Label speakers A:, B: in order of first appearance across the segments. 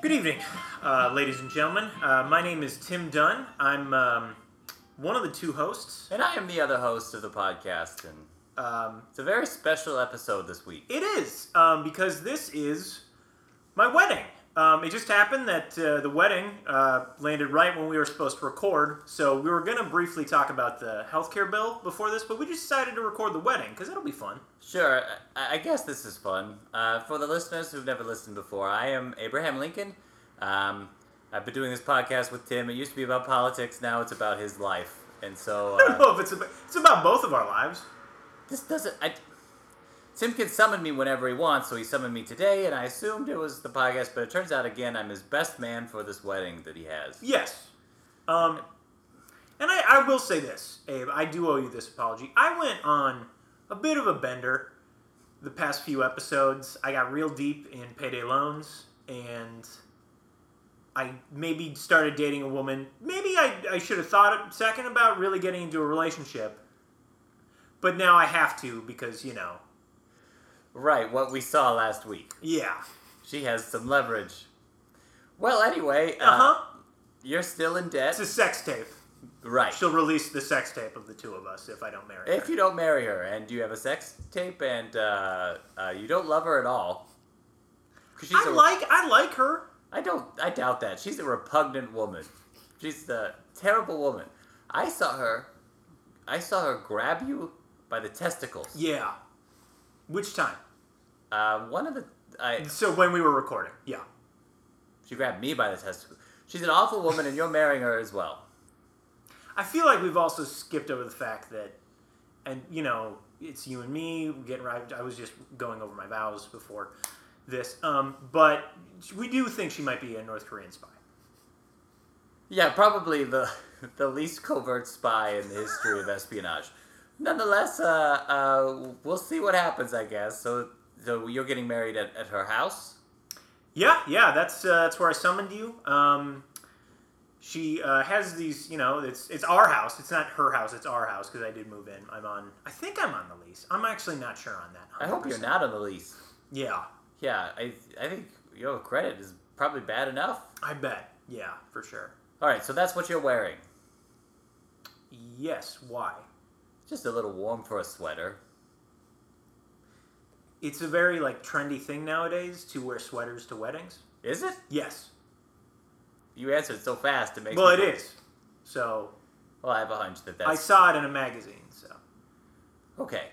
A: Good evening, uh, ladies and gentlemen. Uh, my name is Tim Dunn. I'm um, one of the two hosts.
B: And I am the other host of the podcast, and
A: Um,
B: it's a very special episode this week.
A: it is um, because this is my wedding. Um, it just happened that uh, the wedding uh, landed right when we were supposed to record, so we were going to briefly talk about the healthcare bill before this, but we just decided to record the wedding because it'll be fun.
B: Sure, I, I guess this is fun. Uh, for the listeners who've never listened before, I am Abraham Lincoln. Um, I've been doing this podcast with Tim. It used to be about politics, now it's about his life. And so
A: I don't
B: uh,
A: know if it's about, it's about both of our lives.
B: this doesn't. I, Tim can summon me whenever he wants, so he summoned me today, and I assumed it was the podcast, but it turns out again I'm his best man for this wedding that he has.
A: Yes. Um, and I, I will say this, Abe, I do owe you this apology. I went on a bit of a bender the past few episodes. I got real deep in payday loans and I maybe started dating a woman. Maybe I, I should have thought a second about really getting into a relationship. But now I have to because, you know,
B: Right, what we saw last week.
A: yeah.
B: She has some leverage. Well, anyway, uh,
A: Uh huh.
B: you're still in debt.
A: It's a sex tape.
B: right.
A: She'll release the sex tape of the two of us if I don't marry her.
B: If you don't marry her and you have a sex tape and uh, uh, you don't love her at all, 'cause she's
A: I
B: a-
A: like I like her.
B: I don't. I doubt that. She's a repugnant woman. She's a terrible woman. I saw her. I saw her grab you by the testicles.
A: Yeah. Which time?
B: Uh, one of the. I,
A: So when we were recording. Yeah.
B: she grabbed me by the testicles. She's an awful woman, and you're marrying her as well.
A: I feel like we've also skipped over the fact that, and you know, it's you and me getting right. I was just going over my vows before this, um, but we do think she might be a North Korean spy.
B: Yeah, probably the the least covert spy in the history of espionage. Nonetheless, uh, uh, we'll see what happens, I guess. So, so you're getting married at, at her house?
A: Yeah, yeah, that's uh, that's where I summoned you. Um, she uh, has these, you know, it's it's our house. It's not her house. It's our house because I did move in. I'm on. I think I'm on the lease. I'm actually not sure on that.
B: I hope you're
A: 100%.
B: not on the lease.
A: Yeah,
B: Yeah, I, I think your credit is probably bad enough.
A: I bet. Yeah, for sure.
B: All right, so that's what you're wearing.
A: Yes. Why?
B: Just a little warm for a sweater.
A: It's a very like trendy thing nowadays to wear sweaters to weddings.
B: Is it?
A: Yes.
B: You answered so fast, it makes
A: Well, it
B: me
A: is. So
B: Well, I have a hunch that
A: I
B: that's...
A: saw it in a magazine. So
B: Okay.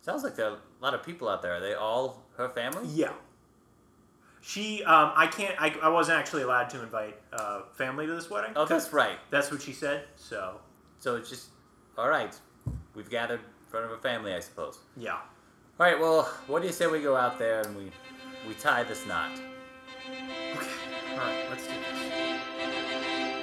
B: Sounds like there are a lot of people out there. Are they all her family?
A: yeah. She, um, I can't. I, I wasn't actually allowed to invite uh, family to this wedding.
B: Oh, that's right.
A: That's what she said. So
B: So it's just, all right, we've gathered in front of a family, I suppose.
A: yeah.
B: All right, well, what do you say we go out there and we we tie this knot?
A: Okay. All right. Let's do this.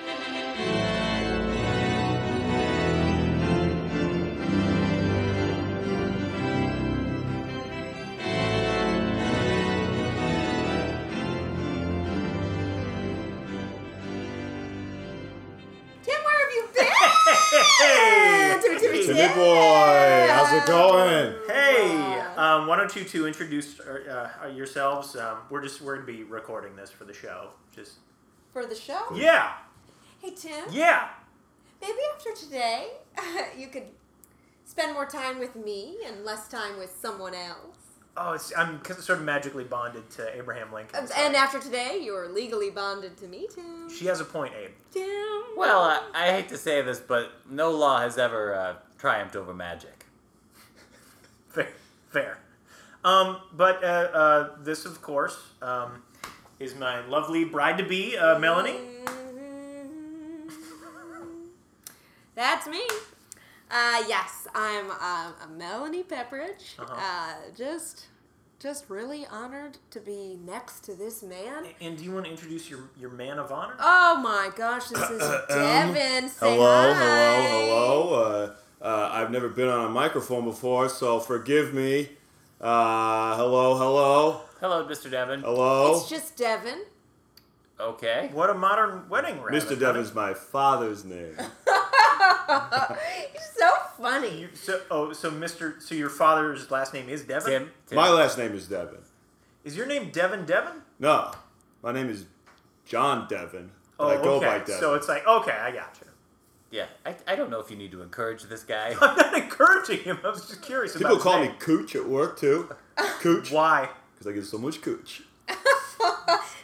C: Tim, where have you been?
A: Hey!
C: Tim, Tim,
A: Timmy
C: Tim.
D: boy, how's it going?
A: Hey,
C: Uh,
A: um, why don't you two introduce uh, uh, yourselves? Um, we're just we're gonna be recording this for the show. Just
C: For the show?
A: yeah,
C: Hey, Tim.
A: yeah.
C: Maybe after today, you could spend more time with me and less time with someone else.
A: Oh, it's, I'm k- sort of magically bonded to Abraham Lincoln.
C: And- And after today, you're legally bonded to me, Tim.
A: she uh, has a point, Abe.
C: Tim.
B: Well, I, I hate to say this, but no law has ever uh, triumphed over magic.
A: Fair, fair. Um, but uh, uh, this, of course, um, is my lovely bride to be, uh, Melanie.
C: Mm-hmm. That's me. Uh, yes, I'm uh, Melanie Pepperidge. uh
A: Uh-huh.
C: just, just really honored to be next to this man.
A: And do you want to introduce your your man of honor?
C: Oh my gosh, this is Devin. Say
D: Um, hello,
C: hi.
D: hello, hello, Uh, uh, I've never been on a microphone before, so forgive me. Uh, hello, hello,
B: Hello, Mr. Devon.
D: hello.
C: It's just Devin.
B: Okay.
A: What a modern wedding ring.
D: Mr. Devin's my father's name.
C: He's so funny.
A: You, so, oh, so Mr. So your father's last name is Devin.
B: Tim. Tim.
D: My last name is Devin.
A: Is your name Devin Devin?
D: No, My name is John Devon. but
A: Oh,
D: I go
A: okay.
D: by Devon.
A: So it's like, okay, I got you.
B: Yeah, I, I don't know if you need to encourage this guy.
A: I'm not encouraging him. I was just curious.
D: People
A: about
D: call
A: his
D: me Cooch at work too. Cooch,
A: name. Why?
D: because I give so much Cooch.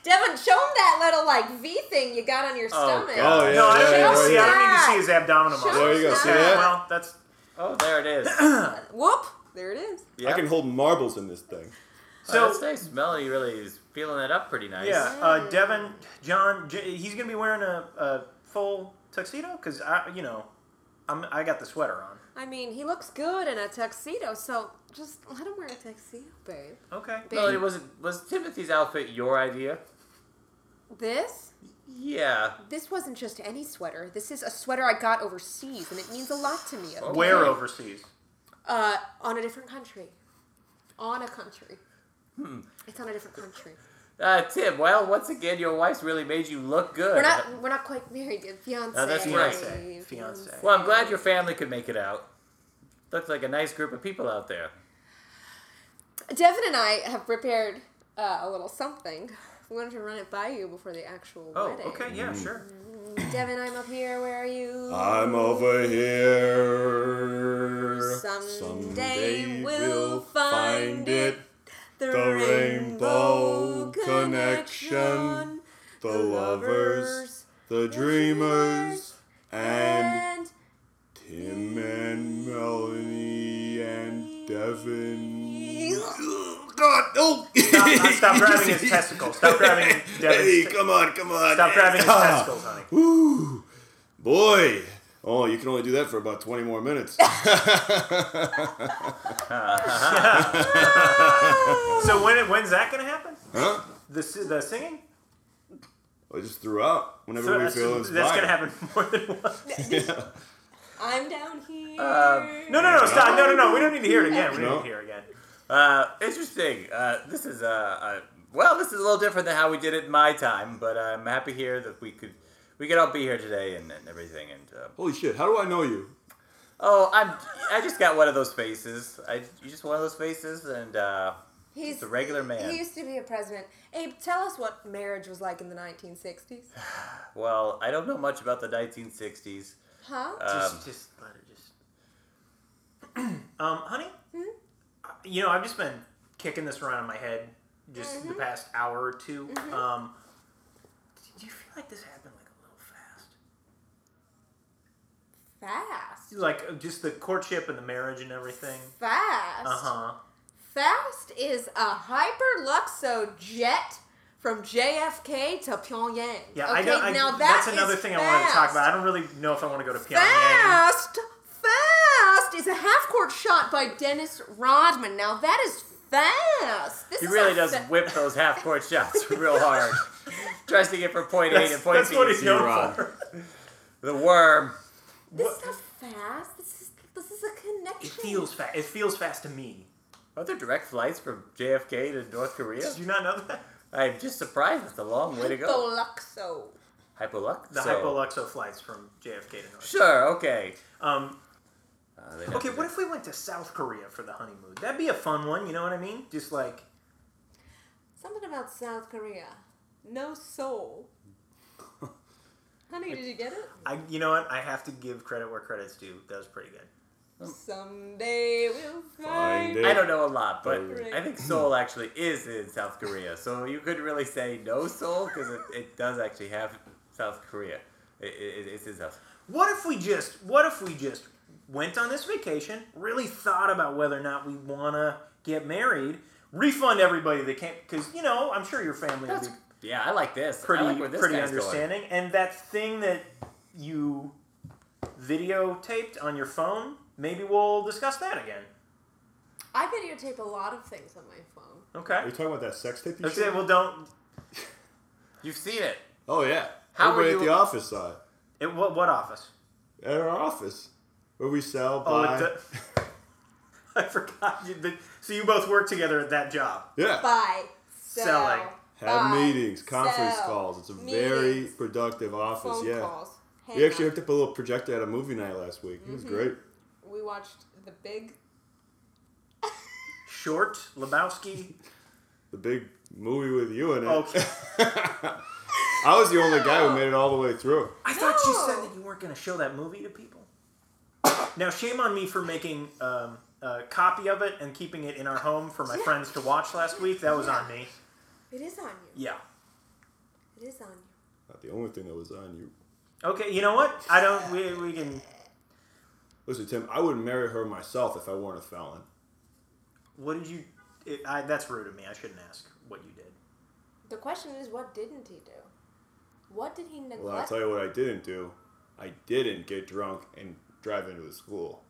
C: Devin, show him that little like V thing you got on your stomach.
B: God.
D: Oh yeah,
A: no, I don't,
D: yeah,
A: need to
D: yeah,
A: see, I
D: yeah.
A: don't need to see his abdominal
C: Show
A: muscle.
D: There you go.
C: us
D: See
A: Okay,
D: that?
A: Well, that's
B: Oh, there it is.
C: Whoop! There it is.
B: Yeah.
D: I can hold marbles in this thing.
B: So
A: so.
B: that's nice. Melanie really is feeling it up pretty nice.
A: yeah, uh, Devin, John, J- he's gonna be wearing a, a full tuxedo because I, you know, I'm I got the sweater on.
C: I mean, he looks good in a tuxedo, so just let him wear a tuxedo, babe.
A: Okay.
C: Babe.
B: Melanie, was it was Timothy's outfit your idea?
C: This?
B: Yeah.
C: This wasn't just any sweater. This is a sweater I got overseas, and it means a lot to me. okay?
A: Where overseas?
C: Uh, on a different country. On a country.
A: Hmm.
C: It's on a different country.
B: Uh, Tim, well, once again, your wife's really made you look good.
C: We're not. We're not quite married yet. Fiance.
A: Oh,
B: No, that's right.
A: Fiance. Fiance.
B: Well, I'm glad your family could make it out. Looks like a nice group of people out there.
C: Devin and I have prepared uh, a little something. We wanted to run it by you before the actual
A: Oh,
C: wedding.
A: okay, yeah,
D: Mm.
A: sure.
C: Devin, I'm up here. Where are you?
D: I'm over here.
C: Someday
D: we'll,
C: we'll
D: find
C: find
D: it.
C: it. the
D: Rainbow Connection, The lovers, the dreamers, and
C: and
D: Tim and Melanie and Devin. God, oh!
A: Stop, Uh, stop grabbing his testicles. Stop grabbing Devin's.
D: Hey, come on, come on.
A: Stop grabbing his
D: Ah.
A: testicles, honey.
D: Woo! Boy! Oh, you can only do that for about 20 more minutes.
A: So when when's that gonna happen?
D: huh?
A: The si- the singing?
D: I just threw out whenever
A: So
D: we
A: that's
D: feel inspired.
A: that's gonna happen more than once.
C: I'm down here.
A: Uh, No, no, no, stop! No, no, no. We don't need to hear it again. We don't
D: No.
A: need to hear it again.
B: Uh, interesting. Uh, this is uh, uh, well, this is a little different than how we did it in my time, but I'm happy here that we could we could all be here today and, and everything. And uh,
D: Holy shit, how do I know you?
B: oh, I'm I just got one of those faces. I you just one of those faces, and uh,
C: He's
B: a regular man.
C: He used to be a president. Abe, tell us what marriage was like in the 1960s.
B: well, I don't know much about the 1960s.
C: Huh?
B: Um,
A: Just, just let it just. um, honey,
C: Hmm?
A: Uh, you know I've just been kicking this around in my head just the
C: Mm-hmm.
A: past hour or 2 Um, do you feel like this happened like a little fast?
C: Fast.
A: Like uh, just the courtship and the marriage and everything.
C: Fast.
A: Uh huh.
C: Fast is a hyperluxo jet from JFK to Pyongyang.
A: Yeah,
C: okay,
A: I don't. I,
C: now
A: that's
C: that
A: another
C: is
A: thing I wanted to talk
C: fast.
A: about. I don't really know if I want to go to Pyongyang.
C: Fast, fast is a half court shot by Dennis Rodman. Now that is fast. This
B: He
C: is
B: really
C: a
B: does
C: fa-
B: whip those half court shots real hard. Tries to get from point A to
A: That's,
B: point
A: that's
B: B.
A: what he's known
D: Iran.
A: for.
B: the worm.
C: This
A: What-
C: is not fast. This is this is a
A: It
C: connection.
A: feels fast. It feels fast to me.
B: Are there direct flights from JFK to North Korea?
A: Did you not know that?
B: I'm just surprised. It's a long way to go.
C: hyperluxo.
B: Hypolux.
A: The
B: so-
A: Hypoluxo flights from JFK to North.
B: Sure. Okay.
A: Um,
B: Uh, they don't
A: okay,
B: do
A: what
B: that.
A: if we went to South Korea for the honeymoon? That'd be a fun one. You know what I mean? Just like
C: Something about South Korea. No soul. Honey, did you get it?
A: I, you know what? I have to give credit where credit's due. That was pretty good.
C: Someday we'll
D: Find
C: find.
D: it.
B: I don't know a lot, but
C: Right.
B: I think
A: Hmm.
B: Seoul actually is in South Korea. So you couldn't really say no Seoul because it, it does actually have South Korea. It, it, it's in South.
A: What if we just? What if we just went on this vacation? Really thought about whether or not we wanna get married. Refund everybody that can't, because you know I'm sure your family
B: That's,
A: will be
B: yeah, I like this. I
A: pretty
B: like where this
A: pretty
B: guy's going.
A: understanding. And that thing that you videotaped on your phone, maybe we'll discuss that again.
C: I videotape a lot of things on my phone.
D: Are
A: Okay.
D: you talking about that sex tape you
A: That's
D: showed?
A: it. Well, don't.
B: You've seen it.
D: Oh, yeah.
B: How
D: Everybody
B: are
D: at
B: you-
D: the office saw it.
A: It, what, what office?
D: At our office. Where we sell,
A: Oh,
D: buy.
A: it do- I forgot. You, but, so you both work together at that job.
D: yeah.
C: Buy. Sell.
A: Selling.
D: Have
C: buy,
D: meetings, conference
C: sell,
D: calls. It's a very
C: meetings,
D: productive office.
C: phone
D: yeah.
C: calls.
D: We actually
C: hang-ups.
D: hooked up a little projector at a movie night last week. It was great.
C: We watched The Big.
A: Short, Lebowski.
D: The big movie with you in it.
A: Okay.
D: I was the only guy who made it all the way through.
A: I thought you said
C: No.
A: that you weren't going to show that movie to people. Now, shame on me for making um, a copy of it and keeping it in our home for my
C: Yeah.
A: friends to watch last week. That was on me.
C: It is on you.
A: Yeah.
C: It is on you.
D: Not the only thing that was on you.
A: Okay, you know what? I don't. We, we can.
D: Listen, Tim, I wouldn't marry her myself if I weren't a felon.
A: What did you. It, I, that's rude of me. I shouldn't ask what you did.
C: The question is, what didn't he do? What did he neglect?
D: Well, I'll tell you what I didn't do. I didn't get drunk and drive into the school.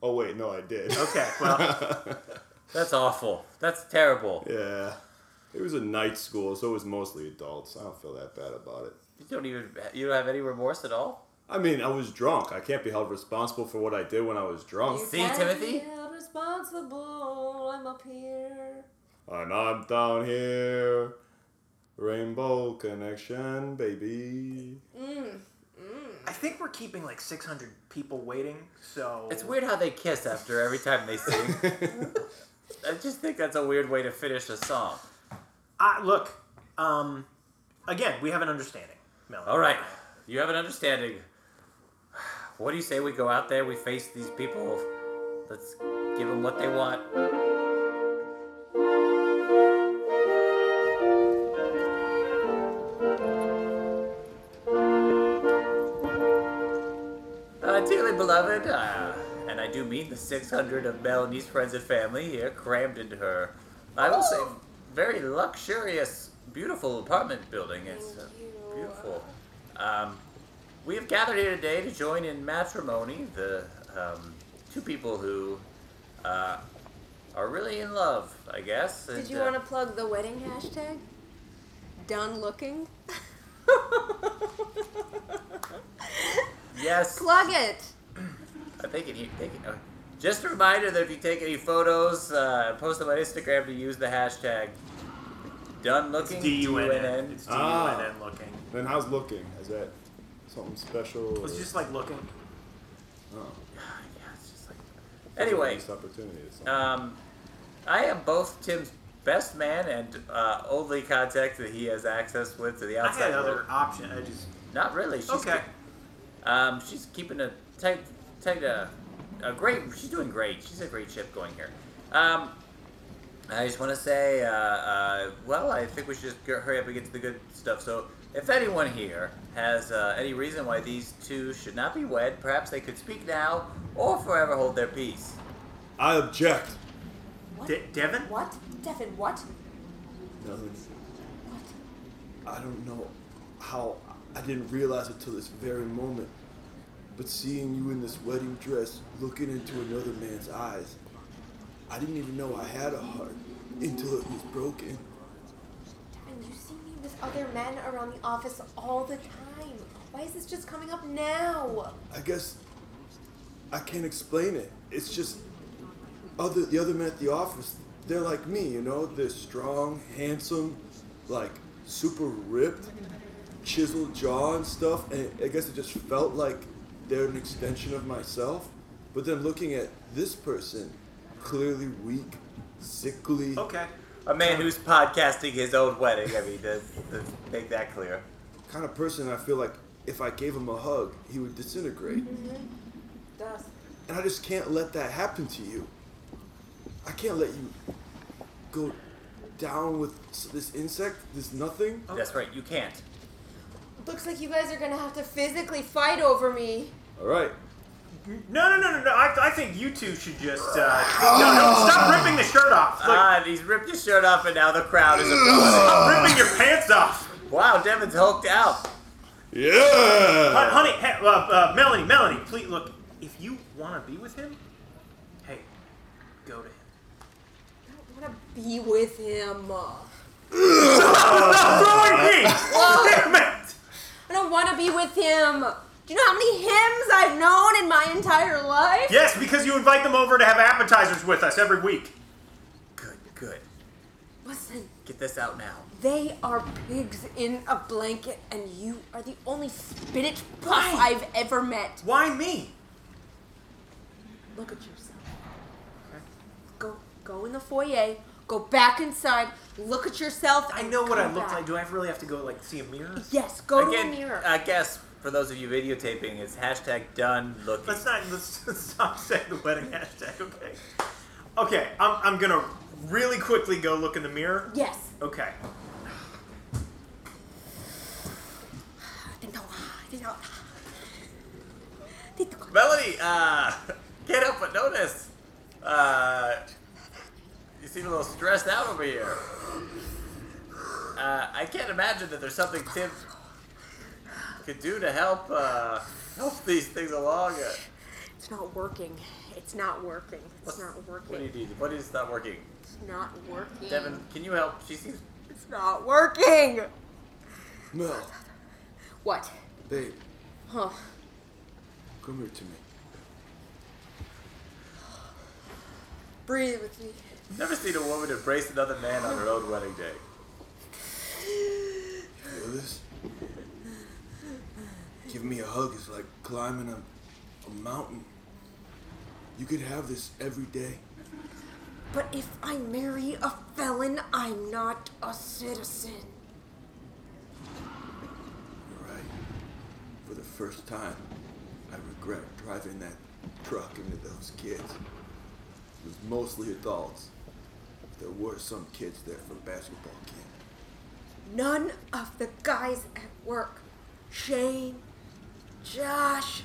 D: Oh wait, no, I did.
A: Okay, well,
B: That's awful. That's terrible.
D: yeah, it was a night school, so it was mostly adults. I don't feel that bad about it.
B: You don't even you don't have any remorse at all.
D: I mean, I was drunk. I can't be held responsible for what I did when I was drunk.
C: You
B: See,
C: can't
B: Timothy?
C: be held responsible. I'm up here.
D: And I'm down here. Rainbow connection, baby.
A: I think we're keeping like 600 people waiting, so.
B: It's weird how they kiss after every time they sing. I just think that's a weird way to finish a song.
A: I, look, um, again, we have an understanding, Melanie.
B: All right, you have an understanding. What do you say we go out there, we face these people, let's give them what they want. Uh, dearly beloved, uh, and I do mean the 600 of Melanie's friends and family here crammed into her, I will say, very luxurious, beautiful apartment building. It's uh,
C: Thank you.
B: beautiful. Um, we have gathered here today to join in matrimony the um, two people who uh, are really in love, I guess.
C: Did
B: and,
C: you
B: uh,
C: want to plug the wedding hashtag? Done looking?
B: Yes.
C: plug it.
B: I think it. They can, uh, just a reminder that if you take any photos, uh, post them on Instagram to use the hashtag done looking.
A: D U N N.
B: D-U-N-N.
A: It's D U
D: Ah.
A: N N looking.
D: Then how's looking? Is that something special?
A: It's
D: or-
A: just like looking.
D: oh,
B: Yeah, it's just like- Anyway,
D: missed opportunity or
A: uh,
D: something.
B: um, I am both Tim's best man and uh, only contact that he has access with to the
A: I
B: outside
A: had
B: world.
A: other option. I just.
B: Not really. She's
A: Okay.
B: Um, she's keeping a tight, tight, uh, a great. She's doing great. She's a great ship going here. Um, I just want to say, uh, uh, well, I think we should just go- hurry up and get to the good stuff. So, if anyone here has uh, any reason why these two should not be wed, perhaps they could speak now or forever hold their peace.
D: I object.
C: What?
A: De- Devin?
C: What? Devin, what?
D: Nothing.
C: What?
D: I don't know how I didn't realize it till this very moment. But seeing you in this wedding dress looking into another man's eyes, I didn't even know I had a heart until it was broken.
C: Devin, you see me with other men around the office all the time. Why is this just coming up now?
D: I guess I can't explain it. It's just other the other men at the office, they're like me, you know? They're strong, handsome, like super ripped, chiseled jaw and stuff, and I guess it just felt like they're an extension of myself. But then looking at this person, clearly weak, sickly.
A: Okay.
B: A man who's podcasting his own wedding. I mean, let's, let's make that clear.
D: kind of person I feel like if I gave him a hug, he would disintegrate.
C: Does.
D: And I just can't let that happen to you. I can't let you go down with s- this insect, this nothing.
B: That's right. You can't.
C: Looks like you guys are gonna have to physically fight over me.
D: All right.
A: No, no, no, no, no. I, I think you two should just. Uh, no, no, stop ripping the shirt off. Like,
B: Ah, and he's ripped his shirt off, and now the crowd is approaching.
A: stop ripping your pants off.
B: wow, Devin's hulked out.
A: Hon-
D: Yeah.
A: honey, hey, uh, uh, Melanie, Melanie, please look. If you want to be with him, hey, go to him.
C: I don't wanna be with him. I
A: Ah. Stop throwing me! Damn it!
C: don't wanna be with him. Do you know how many hymns I've known in my entire life?
A: Yes, because you invite them over to have appetizers with us every week.
B: Good, good.
C: Listen,
B: Get this out now.
C: they are pigs in a blanket, and you are the only spinach puff I've ever met.
A: Why me?
C: Look at yourself. Go, go in the foyer. Go back inside. Look at yourself.
A: I
C: and
A: know what I
C: come
A: look
C: back.
A: like. uh, Do I really have to go like see a mirror?
C: Yes, go
B: Again,
C: to a mirror.
B: I guess for those of you videotaping, it's hashtag done looking.
A: Let's not let's, let's stop saying the wedding hashtag. Okay. Okay. I'm I'm gonna really quickly go look in the mirror.
C: yes.
A: Okay.
B: Melody, uh, can't help but notice. Uh, you seem a little stressed out over here. Uh, I can't imagine that there's something Tim could do to help uh, help these things along. Uh,
C: It's not working. It's not working. It's not
B: What do
C: working.
B: you need? What is not working?
C: It's not working.
B: Devin, can you help? She seems.
C: It's not working.
D: Mel,
C: What?
D: babe,
C: Huh.
D: come here to me.
C: Breathe with me.
B: Never seen a woman embrace another man on her own wedding day.
D: Feel this? Give me a hug is like climbing a, a mountain. You could have this every day.
C: But if I marry a felon, I'm not a citizen.
D: You're right. For the first time, I regret driving that truck into those kids. It was mostly adults. There were some kids there from basketball camp.
C: None of the guys at work, Shane, Josh,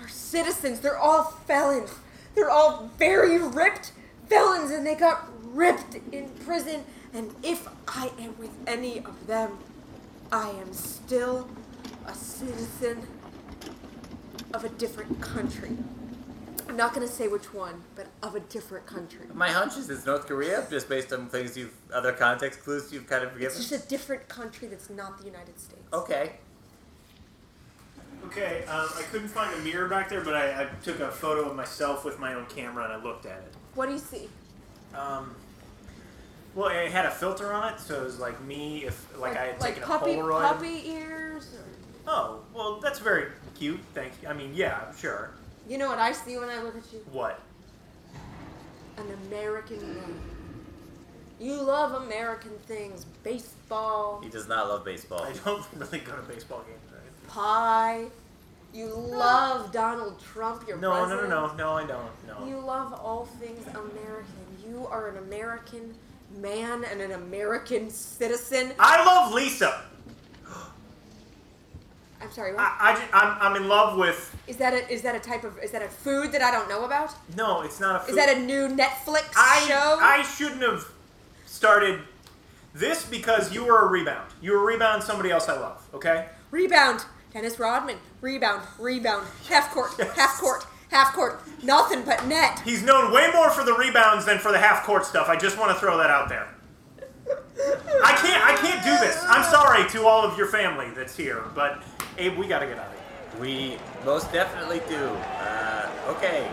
C: are citizens. They're all felons. They're all very ripped felons, and they got ripped in prison. And if I am with any of them, I am still a citizen of a different country. I'm not gonna say which one, but of a different country.
B: My hunch is it's North Korea, just based on things you've, other context clues you've kind of
C: It's
B: given.
C: just a different country that's not the United States.
B: Okay.
A: Okay. Um, I couldn't find a mirror back there, but I, I took a photo of myself with my own camera and I looked at it.
C: What do you see?
A: Um, well, it had a filter on it, so it was like me if like, I had taken
C: puppy,
A: a Polaroid.
C: puppy ears. Or,
A: Oh, well, that's very cute. Thank you. I mean, yeah, sure.
C: you know what I see when I look at you?
A: What?
C: An American woman. You love American things: baseball,
B: He does not love baseball.
A: I don't really go to baseball games. Right?
C: pie. You love Donald Trump, your
A: No, no, no, no,
C: president.
A: no. I don't. No.
C: You love all things American. You are an American man and an American citizen.
A: I love Lisa.
C: I'm sorry. What?
A: I, I ju- I'm, I'm in love with.
C: is that a is that a type of is that a food that I don't know about?
A: No, it's not a. Food.
C: Is that a new Netflix
A: I,
C: show?
A: I shouldn't have started this because you were a rebound. You were a rebound. Somebody else I love. Okay.
C: Rebound. Dennis Rodman. Rebound. Rebound. Half court. Half court. Half court. Nothing but net.
A: He's known way more for the rebounds than for the half court stuff. I just want to throw that out there. I can't. I can't do this. I'm sorry to all of your family that's here, but Abe, we got to get out of here.
B: We most definitely do. Uh, okay.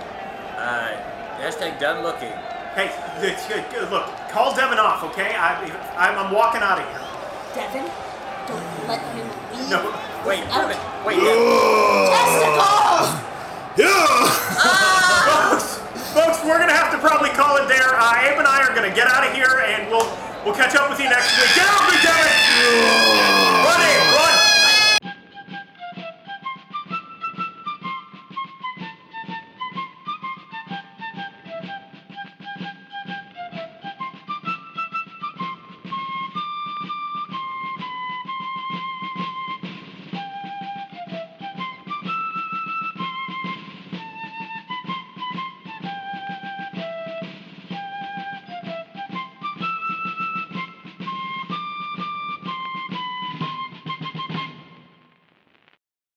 B: Uh, hashtag done looking.
A: Hey, it's good, good. look, call Devin off, okay? I, I'm, I'm walking out of here.
C: Devin, don't let him leave.
A: No,
B: Wait,
C: Ouch.
B: wait, wait. yeah.
C: Testicles!
D: Yeah!
A: folks, folks, we're gonna have to probably call it there. Uh, Abe and I are gonna get out of here, and we'll we'll catch up with you next week. Get out of the